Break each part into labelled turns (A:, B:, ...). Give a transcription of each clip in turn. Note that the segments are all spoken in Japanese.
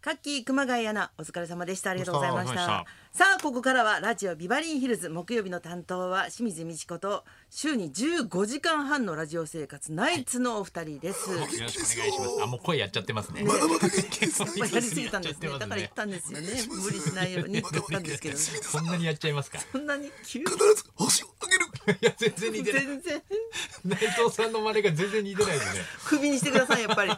A: カッキー熊谷アナお疲れ様でしたありがとうございました
B: お疲れ様で
A: さあここからはラジオビバリーヒルズ木曜日の担当は清水美智子と週に15時間半のラジオ生活ナイツのお二人です、
B: よろしくお願いします。あ、もう声やっちゃってますね。
A: ま
C: まだまだ元気ですね
A: まあやりすぎたんですね
B: やっちゃ
A: だから
B: ってます
A: 言っ
B: ね
A: たんですよね
C: お願いします
A: 無理しないように言ったんですけど
C: まだまだ元気で す
B: そんなにやっちゃいますか。い
A: そんなに急に
C: 必ず星をあげる
B: や、全然似てない。
A: 全然
B: 内藤さんの真似が全然似てないですね。
A: 首にしてくださいやっぱり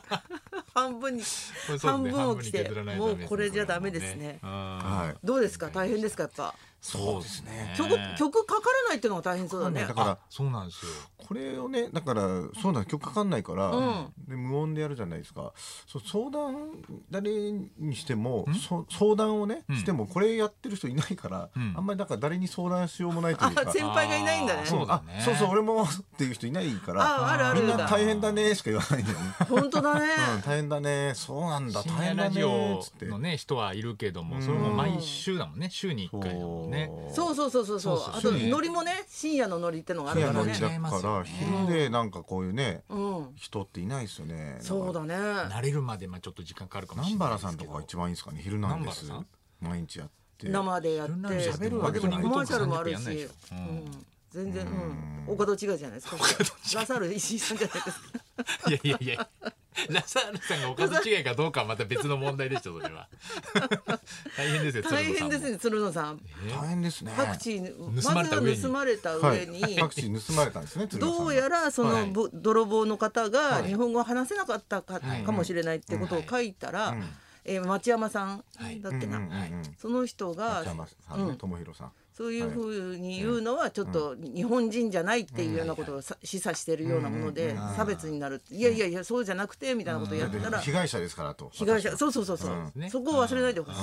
A: 半分に
B: これそう
A: 半
B: ですね
A: 分を着
B: 半
A: て
B: 削らないとダ
A: もう
B: メですね
A: これじゃダメですね
B: は
C: はい
A: どうですか大変ですかやっぱ
B: そうですね。
A: 曲曲かからないっていうのが大変そうだね
C: だから
B: あ、そうなんですよ。
C: これをねだからそうなん曲かかんないから、
A: うん
C: で無音でやるじゃないですかそう相談誰にしてもそ相談をね、
B: うん
C: してもこれやってる人いないから、
B: うん
C: あんまりだから誰に相談しようもないというか
A: あ先輩がいないんだね
B: あーそうだね。
C: そうそう俺もっていう人いないから
A: ああるあ
C: みん
A: る
C: な
A: だ
C: 大変だねしか言わないんだよね、
A: 本当だね
C: うん、大変だねそうなんだ
B: 深
C: 大
B: 夜
C: 変だ
B: ラジ
C: ね
B: オ
C: っつって
B: のね人はいるけども、それも毎週だもんね。週に一回だもんね。
A: そうそうそうそうそう
B: そうそう
A: あと
B: そうね
A: ノリもね深夜のノリってのがあ
C: 深
A: るから
C: 夜
B: ノ
C: のう
B: リ
C: ち
A: ね
C: だか
B: そう
C: ら
B: ね
C: 昼でなんかこういうね
A: うん
C: 人っていないですよね
A: そうだね
B: 慣れるまでまあちょっと時間かかるかもしれな
C: 南
B: い
C: 原
B: ですけど。
C: さんとかが一番いいんですかね昼なんです
B: 南
C: 毎日やって
A: 生でやって
B: いろんなの
C: 喋るわけじゃない
A: コマーシャルもあるし
B: うん
A: うん全然うん岡戸違うじゃないですかラサール石井さんじゃないですか
B: いやいやいや。ラサールさんがおかず違いかどうかはまた別の問題でしょ、それは。大変ですよ、
A: 大変で
B: 鶴
A: す
B: 瓶
A: ね鶴野さん
B: さんも。
C: 大変ですね
A: パクチー
B: 盗
A: ま
B: ま
A: ず
B: れた上に
A: は盗まれた上
C: は
A: に
C: いパクチー盗まれたんですね鶴瓶さん
A: ど
C: が
A: うやらそ
B: は
A: の
B: い
A: ぼ泥棒の方
B: は
A: が
B: い
A: 日本語を話せなかったか,、
B: はい
A: かもしれないってことを書いたら、えー町山さん
B: はい
A: だっけな、
C: うんうんうんうん
A: その人が
C: 松山さんね智弘さん
A: そういうふうに言うのはちょっと日本人じゃないっていうようなことをさ示唆してるようなもので差別になるっていやいやいやそうじゃなくてみたいなことをやった
C: で
A: ら
C: 被害者ですからと
A: 被害者
C: 私は
A: そうそうそうそう、
B: うん
A: そこを忘れないでほしい、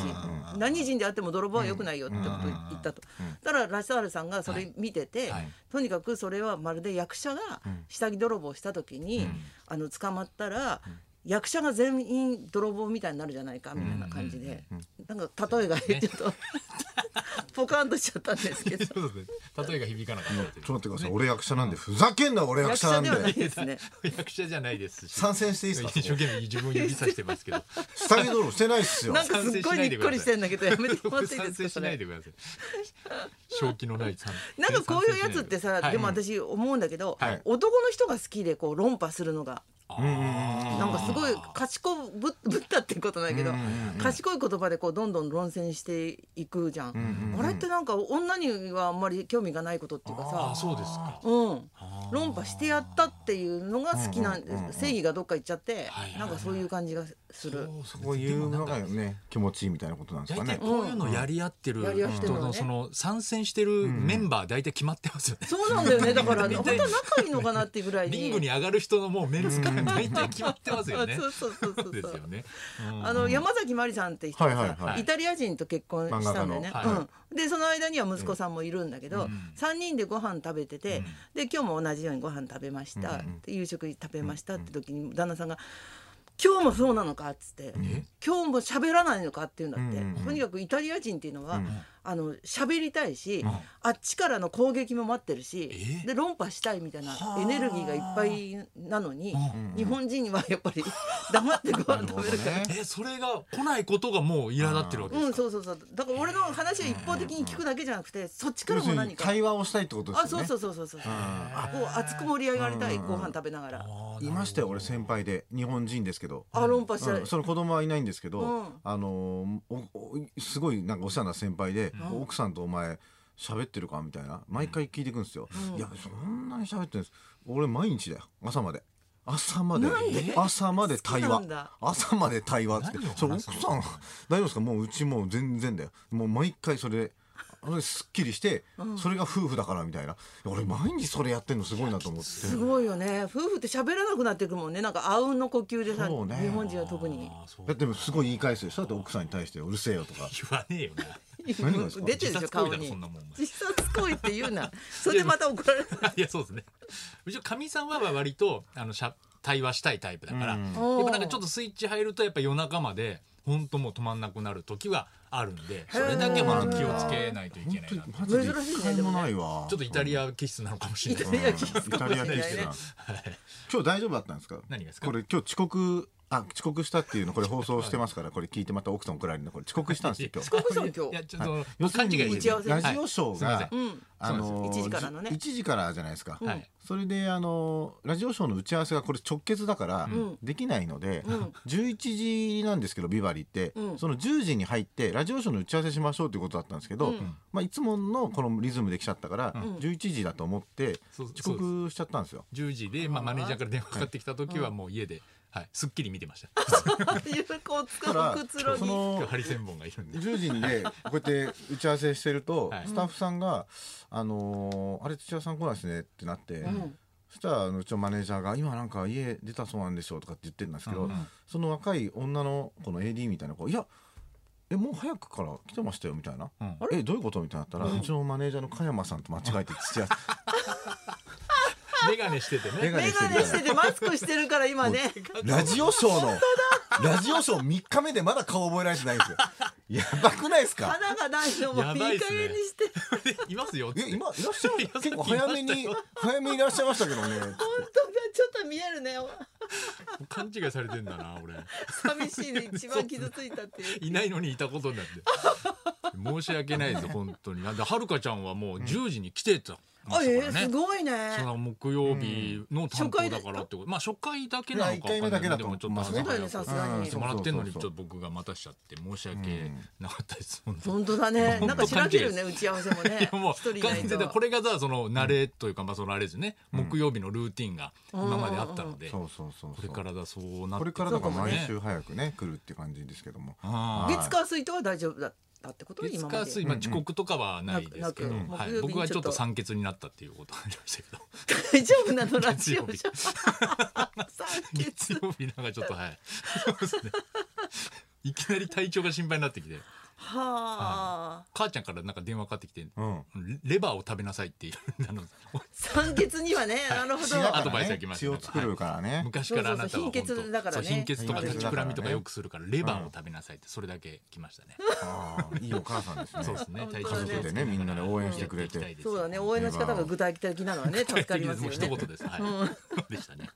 A: 何人であっても泥棒は良くないよってことを言ったと、だからラシャールさんがそれ見てて、
B: はい
A: とにかくそれはまるで役者が下着泥棒した時に、あの捕まったら、役者が全員泥棒みたいになるじゃないかみたいな感じで、なんか例えがちょっと、 ポカンとしちゃったんですけど
B: そうですね例えが響かなかったという
C: ちょっと待ってください俺役者なんでふざけんな俺 役
A: 役者
C: 者なん
A: ではない
C: で
A: です ね
B: 役者じゃないですし。
C: 参戦していいですか
B: 一生懸命自分を指さしてますけど。
C: 下着泥棒してないっすよ
A: なんかすっごいにっこりしてんだけどやめてもらっていいで
B: 賛
A: す
B: 成
A: か
B: し
A: そ
B: な
A: れ
B: いでください。正気のない賛成
A: なんかこういうやつってさ、
B: はい
A: でも私思うんだけど、
B: はい
A: 男の人が好きでこう論破するのが。なんかすごい賢ぶぶったってことないけど賢い言葉でこうどんどん論戦していくじゃん,、あれってなんか女にはあんまり興味がないことっていうか
B: あ
A: さ
B: あ、そうですか。
A: うん、論破してやったっていうのが好きなんで、正義がどっか行っちゃって、
B: はいはい
A: なんかそういう感じがする。
C: こうい
B: でも
C: う
B: なん
C: の
B: か
C: がね気持ちいいみたいなことなんですか
B: 大体
C: ね
B: こういうのやり合ってる
A: うんやり合ってる
B: 人
A: のね
B: のその参戦してるメンバー大体決まってますよね。
A: そうなんだ よねだから
B: みんな
A: 本当は仲いいのかなってぐらいに
B: リングに上がる人のもうメンツから大体決まってますよ ね
A: そ。うそうそうそう
B: です
A: そう
B: よね。
A: あの山崎まりさんって人がさ、
C: はいはいはい
A: イタリア人と結婚したんだよね、
C: 漫
B: 画家のは
A: うん、でその間には息子さんもいるんだけど、三3人でご飯食べてて、で今日も同じようにご飯食べました、で夕食食べましたって時に旦那さんが「今日もそうなのか」っつって「今日も喋らないのか」って言うんだって、
C: うんうん
A: とにかくイタリア人っていうのは、あの喋りたいし、あっちからの攻撃も待ってるし
B: え
A: で論破したいみたいなエネルギーがいっぱいなのに、日本人はやっぱり黙ってご飯食べるから。
B: え、それが来ないことがもう苛立ってるわけで
A: う
B: す
A: ん、
B: か。
A: そうそうそう。だから俺の話を一方的に聞くだけじゃなくて、そっちから
C: 要す
A: も
C: る
A: 何
C: に
A: か。
C: 対話をしたいってこと
A: あ、
C: です
A: そ
C: よ
A: う
C: ね
A: そうそうそうそう。こう熱く盛り上がりたい、ご飯食べながら。
C: いましたよ俺先輩で日本人ですけど
A: あ、論破した
C: う
A: い
C: ん、。その子供はいないんですけど、
A: うん
C: あのーおおすごいなんかお世話な先輩で、奥さんとお前喋ってるかみたいな毎回聞いていくんですよ、いやそんなに喋ってるんです俺毎日だよ朝まで朝まで
A: なんで
C: 朝まで対
A: 好きな
C: 話
A: んだ
C: 朝まで対話っつって
B: 何を話す
C: そう
B: の
C: 奥さん大丈夫ですかもううちもう全然だよもう毎回それでそれですっきりして、それが夫婦だからみたいないや俺毎日それやってんのすごいなと思って
A: すごいよね。夫婦って喋らなくなってくもんね。なんかあうんの呼吸でさ、
C: そうね
A: 日本人は特に。
B: あそう
C: だってすごい言い返すでしょだって奥さんに対してうるせえよとか
B: 言わねえよな。
A: 出て
C: 何がですか
A: るでしょ顔
B: 自殺行為だろ
A: に
B: そんなもん。
A: 自殺行為って言うな。それでまた怒られる。
B: いやそうですね。うちのかみさんは割とあのしゃ対話したいタイプだから、やっ
A: おー
B: ぱなんかちょっとスイッチ入るとやっぱ夜中まで本当もう止まんなくなる時はあるんで、それだけは気をつけないといけないな。
C: マジで一回もないわ。
B: ちょっとイタリア気質なのかもしれない
A: イ
B: で
A: タ
B: す
A: リ
B: ね。
A: ア気質かもしれない
C: イタリア気
A: ね
C: 質。今日大丈夫だったんですか。
B: 何がですか
C: これ今日遅刻あ遅刻したっていうのこれ放送してますからこれ聞いてまた奥さん怒られるのこれ遅刻したんですよ今日
A: 遅。刻したの今
B: いや
A: 日。
B: ちょっと、
C: はい
B: ま あ、勘違い
A: 打
B: し
A: ち
B: て
A: 合
B: る
A: わせ
C: ラジオシ
B: は
C: ョー
B: いすいませ
C: が
B: ん
A: うん。
C: あの
A: 1時からのね
C: 1時からじゃないですか。
B: はい
C: それであのラジオショーの打ち合わせがこれ直結だから
A: ん
C: できないので、
A: うん
C: 11時なんですけどビバリーって、
A: うん
C: その10時に入ってラジオショーの打ち合わせしましょうということだったんですけど、
A: うん
C: まあ、いつものこのリズムで来ちゃったから、
A: ん
C: 11時だと思って
B: そう
C: 遅
B: そう
C: 刻しちゃったんですよ。
B: 10時で、まあ、マネージャーから電話かかってきた時はもう家で、はい、すっきり見てました
A: 有効使
C: だ
A: う
C: か
A: くつろ
C: らそ
A: ぎ。う
C: の
B: ハリセンボンがいるんで
C: 10時にねこうやって打ち合わせしてると、
B: はい
C: スタッフさんが「あのーあれ土屋さん来ないですね」ってなって、
A: ん
C: そしたらあのうちのマネージャーが「今なんか家出たそうなんでしょ」とかって言ってるんですけど、
B: うんうん
C: その若い女のこの AD みたいな子「いやえもう早くから来てましたよ」みたいな
B: うん
C: 「えどういうこと?」みたいになったら、うちのマネージャーの加山さんと間違えて 土屋さん
B: 眼鏡してて
C: 眼
B: ね
C: 鏡
A: メ
C: し
A: ガ
C: てる
A: ネしててマスクしてるから今ね。
C: ラジオショーのラジオショー3日目でまだ顔覚えられてないんですよ。やばくないですか
A: 花がないのもい
B: や
A: い加
B: ばい
A: 減
B: っすね
A: にして。
B: いますよっつっ
C: え
B: て
C: 今 いらっしゃる
B: いや
C: 結構早めに早めにいら っしゃいましたけどね
A: 本当だちょっと見えるね。
B: 勘違いされてんだな俺
A: 寂しい で一番傷ついたっていう。
B: いないのにいたことになって申し訳ないです本当になんではるかちゃんはもう10時に来てたま
A: あ
B: した
A: え
B: から
A: ー、
B: ね、
A: すごいね。
B: その木曜日の担当だからってこと、まあ初回だけなのかわかんない
C: いや一回目だけだ
B: で
C: と
B: もちょっと
C: まあ
B: 朝
A: そうだよね
B: 早
A: さ
B: く
A: すが
C: うん
A: に
C: そ。う
B: もらってんのにちょっと僕が待たしちゃって申し訳なかったです、本当に
A: 本当だね。
B: うん
A: なんか調べるね打ち合わせも
B: い
A: ね。
B: やも
A: 一人
B: う
A: いない
B: 完全で
A: と
B: こ。れがさその慣れというか、まあそのあれですね木曜日のルーティンが今まであったので、
C: そうそうそう
B: これからだそうなって
C: これからだから毎
B: ね
C: 週早くね来るって感じですけども
B: あー
C: れ
A: 月火水とは大丈夫だったってこと
B: 月
A: 今ま
B: 火水
A: で。
B: まあ遅刻とかはないですけど、
A: なくなく
B: は
A: 木
B: い、
A: 曜日に
B: 僕はち
A: ち
B: ょっ
A: ょ
B: と
A: っと
B: 酸欠になったっていうことがありましたけど
A: 大丈夫なのラ
B: 月
A: ジ
B: 曜
A: オ
B: 日
A: じゃん。三
B: 月
A: 月。
B: 曜日なんかちょっとはい そうですねいきなり体調が心配になってきて
A: はあ。
B: 母ちゃんからなんか電話かかってきて
C: うん
B: レバーを食べなさいっていう あの
A: 酸欠にはね、なるほ
C: 血だ
A: ど。
C: か
B: アドバイス
C: ら
B: が
C: ね
B: 来ました
C: 血を作るからね
B: 昔からあなたは
A: そうそうそう貧血だからね
B: そう貧血とか
C: 貧血
B: 立
C: だ
B: ち
C: か
B: く
C: ら
B: ら
C: ね
B: みとかよくするからレバーを食べなさいってそれだけ来ましたね、
C: あーいいお母さんですね
B: そうですね
A: 本
B: 体
A: 当
B: 調
A: だね
B: 崩さ
C: 家族でね
B: ない
C: みんなで応援してくれて
B: やっていきたいです
A: そうだね、応援の仕方が具体的なのはね、助かり ますよ
B: もう一
A: ね
B: 言。ですはい、そうでしたね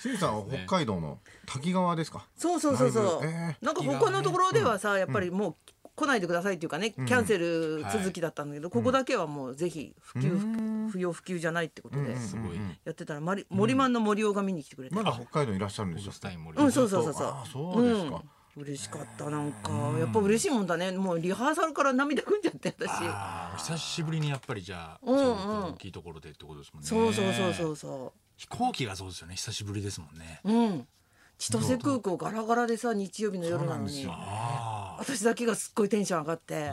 C: しんさんは北海道の滝川ですか
A: そうそうそうそ
C: ライブえ
A: う。なんか他のところではさ、やっぱりもう来ないでくださいっていうかね、キャンセル続きだったんだけど、ここだけはもうぜひ普及
C: うん
A: 不要不急じゃないってことで。
B: すごい、
A: やってたら、マリ森マンの森尾が見に来てくれて
C: ま。だ北海道にいらっしゃるんで
B: オ
C: しょ
B: ブスタイン森
A: うん、そうそうそう
C: あー
A: そう。
C: そうですか
A: うん嬉しかったなんかやっぱ嬉しいもんだねもうリハーサルから涙ぐんじゃって私
B: あー久しぶりにやっぱりじゃあ、
A: うんうん
B: そういう大きいところでってことですもんね
A: そうそうそうそうそ
B: 飛行機がそうですよね久しぶりですもんね、
A: ううん千歳空港ガラガラでさ日曜日の夜なの
C: そう
A: に
C: なん
B: あ
A: 私だけがすっごいテンション上がって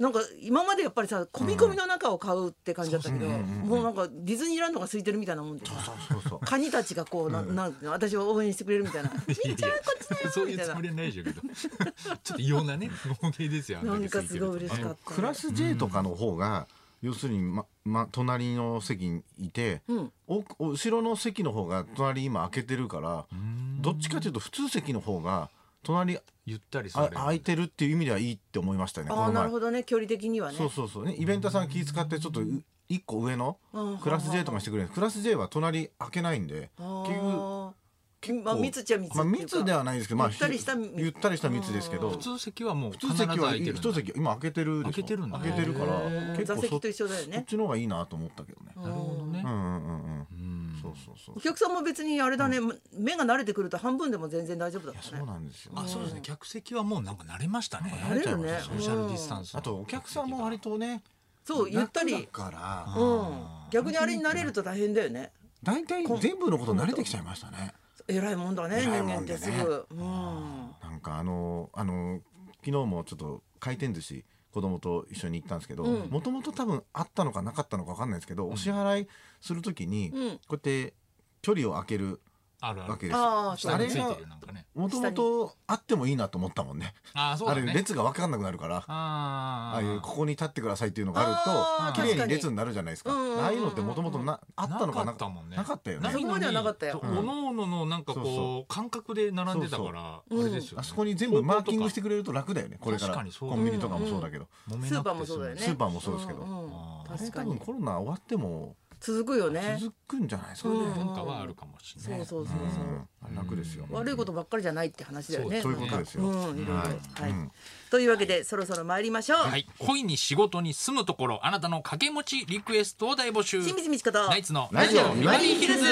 A: なんか今までやっぱりさ込み込みの中を買うって感じだったけど、もうなんかディズニーランドが空いてるみたいなもんで
C: そうそうそう
A: カニたちがこうななんていうの私を応援してくれるみ たいな「み
B: ー
A: ーちゃんこっちだよ」
B: そう
A: み
B: いう
A: たい
B: つ
A: な
B: もりはないでしょうけ どちょっと異様なね合計ですよあんだ
A: な
B: け
A: んか
B: 空いて
A: す
B: ると
A: ごい嬉しかった。
C: クラス J とかの方が、要するに、まま、隣の席にいて、
A: うん
C: おお後ろの席の方が隣今開けてるからどっちかというと普通席の方が隣
B: ゆったりさ
C: あ
B: れる
C: 空いてるっていう意味ではいいって思いましたねこ
A: ああ
C: の
A: な
C: 前
A: るほどね距離的にはね
C: そうそうそうねイベントさん気使ってちょっとう一個上の
A: うん
C: クラス J とかしてくれるクラス J は隣開けないんで結局
A: あーまあ密っちゃ密っていう
C: ま
A: か
C: あ、密ではないですけど、まあ、
A: ゆったりした密
C: ゆったりした密ですけど
B: 普通席はもう
C: 普
B: 必
C: 通
B: ず
C: 席は
B: 空いてるんだ
C: 一席今開けてるでし
B: 開
C: ょ
B: けてるんだ
C: 開けてるから
A: うん
C: 結構
A: 座席
C: そ
A: と一緒だよ
C: こっ
A: ね
C: ちの方がいいなと思ったけどね。
B: なるほどね
C: うんうんうんうん。
B: うん
C: そうそうそう
A: お。客さんも別にあれだね、目が慣れてくると半分でも全然大丈夫だった
C: そう
A: ね
C: なんですよ。
B: あそうですね客席はもうなんか慣れましたね
A: 慣れるね
B: ソーシャルディスタンスの
C: あとお客さんも割とね、
A: そうゆった
C: 楽
A: り
C: だから、
A: うん逆にあれに慣れると大変だよね
C: 大体全部のこと慣れてきちゃいましたね。
A: 偉いもんだね人
C: 偉いも
A: 間っ
C: んで
A: て
C: ね
A: すぐ、うん
C: なんかあのあの昨日もちょっと回転寿司子供と一緒に行ったんですけど
A: うん
C: もともと多分あったのかなかったのか分かんないですけど、お支払いするときに、
A: うん
C: こうやって距離を空ける
B: あるあ
C: わけ
B: る
C: ですよ。
A: ああそう
B: 下
A: だ
B: に
A: ね
B: ついてるなんかね
C: もともとあってもいいなと思ったもんね。
B: ああそう
C: あ
B: だ
C: れ
B: ね
C: 列が分かんなくなるから。
B: あ
C: ああいうここに立ってくださいっていうのがあ
A: あー
C: ると綺麗
A: 確か
C: に
A: に
C: 列になるじゃないですか。
A: うんうんうんうん
C: ああいうのってもともとなあったの
B: な
C: かな
B: かったもんね
C: なかったよね
A: な。そこまではなかったよ
B: 各々のなんかこう
C: そう
B: 感覚で並んでたから
A: そうそう
B: あれですよ、ね
C: あそこに全部マーキングしてくれると楽だよね。これから
B: 確かにそう
C: コンビニとかもそうだけど、
B: 揉めなくて
A: スーパーもそうだよね
C: スーパーもそうですけど
A: んうん
B: あー
A: 確
C: 多
A: かに
C: 分コロナ終わっても
A: 続くよね
C: 続くんじゃないですか
B: そう
C: ね
B: いう文化はあるかもしれない。
A: そうそうそうそう
C: うん楽ですよ
A: 悪いことばっかりじゃないって話だよね
C: そうそういうことですよ
A: なんかうんいろいろ
C: はい
A: はい、
C: うん
A: というわけでそろそろ参りましょう、
B: はい、恋に仕事に住むところ、あなたの掛け持ちリクエストを大募集。
A: 清水美智子と
B: ナイツの
C: ラジオビバリー
A: ヒルズ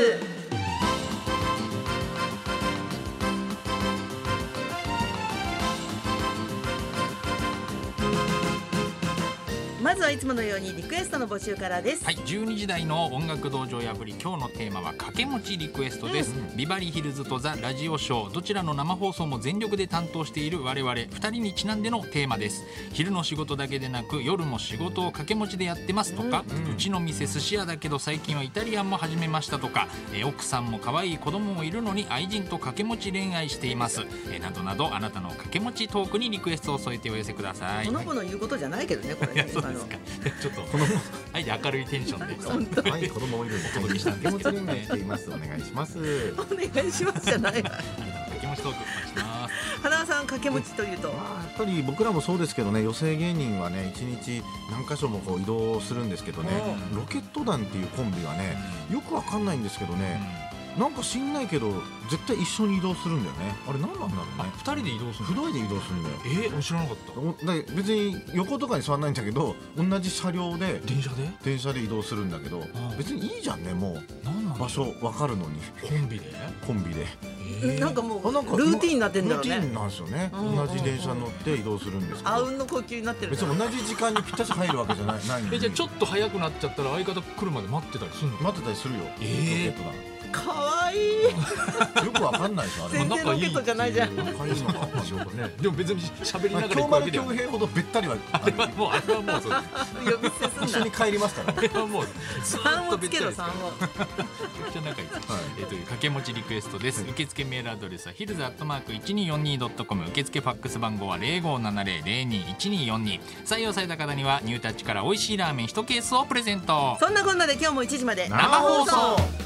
A: まずはいつものようにリクエストの募集からです、
B: はい、12時台の音楽道場破り今日のテーマは掛け持ちリクエストです、ビバリーヒルズとザラジオショーどちらの生放送も全力で担当している我々2人にちなんでのテーマです昼の仕事だけでなく夜も仕事を掛け持ちでやってますとか、うちの店寿司屋だけど最近はイタリアンも始めましたとか、えー奥さんも可愛い子供もいるのに愛人と掛け持ち恋愛しています、えーなどなどあなたの掛け持ちトークにリクエストを添えてお寄せください
A: この子の言うことじゃないけどねこれ
B: いや
A: ね
B: そう
A: 今
B: で
A: の
B: すか。ちょっとこの愛で明るいテンションで
C: 可愛い子供もいるんでお届けしたんですけ どねしていますお願いします
A: お願いしますじゃないわ
B: 掛け持ちトークお待ちしてます。
A: 花輪さん掛け持ちというと、
C: まあ、やっぱり僕らもそうですけどね女性芸人はね一日何箇所もこう移動するんですけどねロケット団っていうコンビがねよくわかんないんですけどねなんか知んないけど絶対一緒に移動するんだよねあれ何なんだろうね
B: 二人で移動する
C: 不動で移動するんだよ
B: の。えー、知らなかった。
C: おだから別に横とかに座らないんだけど同じ車両で
B: 電車で？
C: 電車で移動するんだけど
B: ああ
C: 別にいいじゃんねも
B: なんな
C: うん場
B: だ。
C: 所わかるのに
B: コンビで？
C: コンビで
B: えー
A: なんかもう
C: あなんか
A: ルーティンになってんだろう
C: ルーティ
A: ね
C: ンなんですよね
A: うん
C: 同じ電車に乗って移動するんですけど
A: あうんの呼吸になってる
C: 別に同じ時間にぴったし入るわけじゃないないのに
B: えじゃあちょっと早くなっちゃったら相方来るまで待ってたりするの？
C: 待ってたりするよ、
B: えー
C: ロケッ
A: かわいい
C: トがよくわかんないでしょあれ
A: 全然ロケットじゃないじゃん
C: 仲いいのかわかんない
B: ね。でも別に喋り
C: まあ
B: ながら
C: 京
B: 行くわけ
C: 丸
B: では
C: 京
B: ない。
C: 平ほどべったりは
B: あれはもうあれはもうそうです。
A: 呼び捨て
C: 一
A: すん
C: 緒
A: な
C: に帰りますか ら
B: あれはもうず
A: 3
B: ーっ
A: を
B: と
A: つ
B: 別
A: け
B: 々
A: ろ
B: です
A: 3
B: から。
A: を
B: めちゃくちゃ仲いいです、
C: はい
B: えーという掛け持ちリクエストです、受付メールアドレスはヒルズアットマーク 1242.com 受付ファックス番号は0570021242採用された方にはニュータッチから美味しいラーメン1ケースをプレゼント
A: そんなこんなで今日も1時まで
B: 生放送
C: 生放送
B: Oh,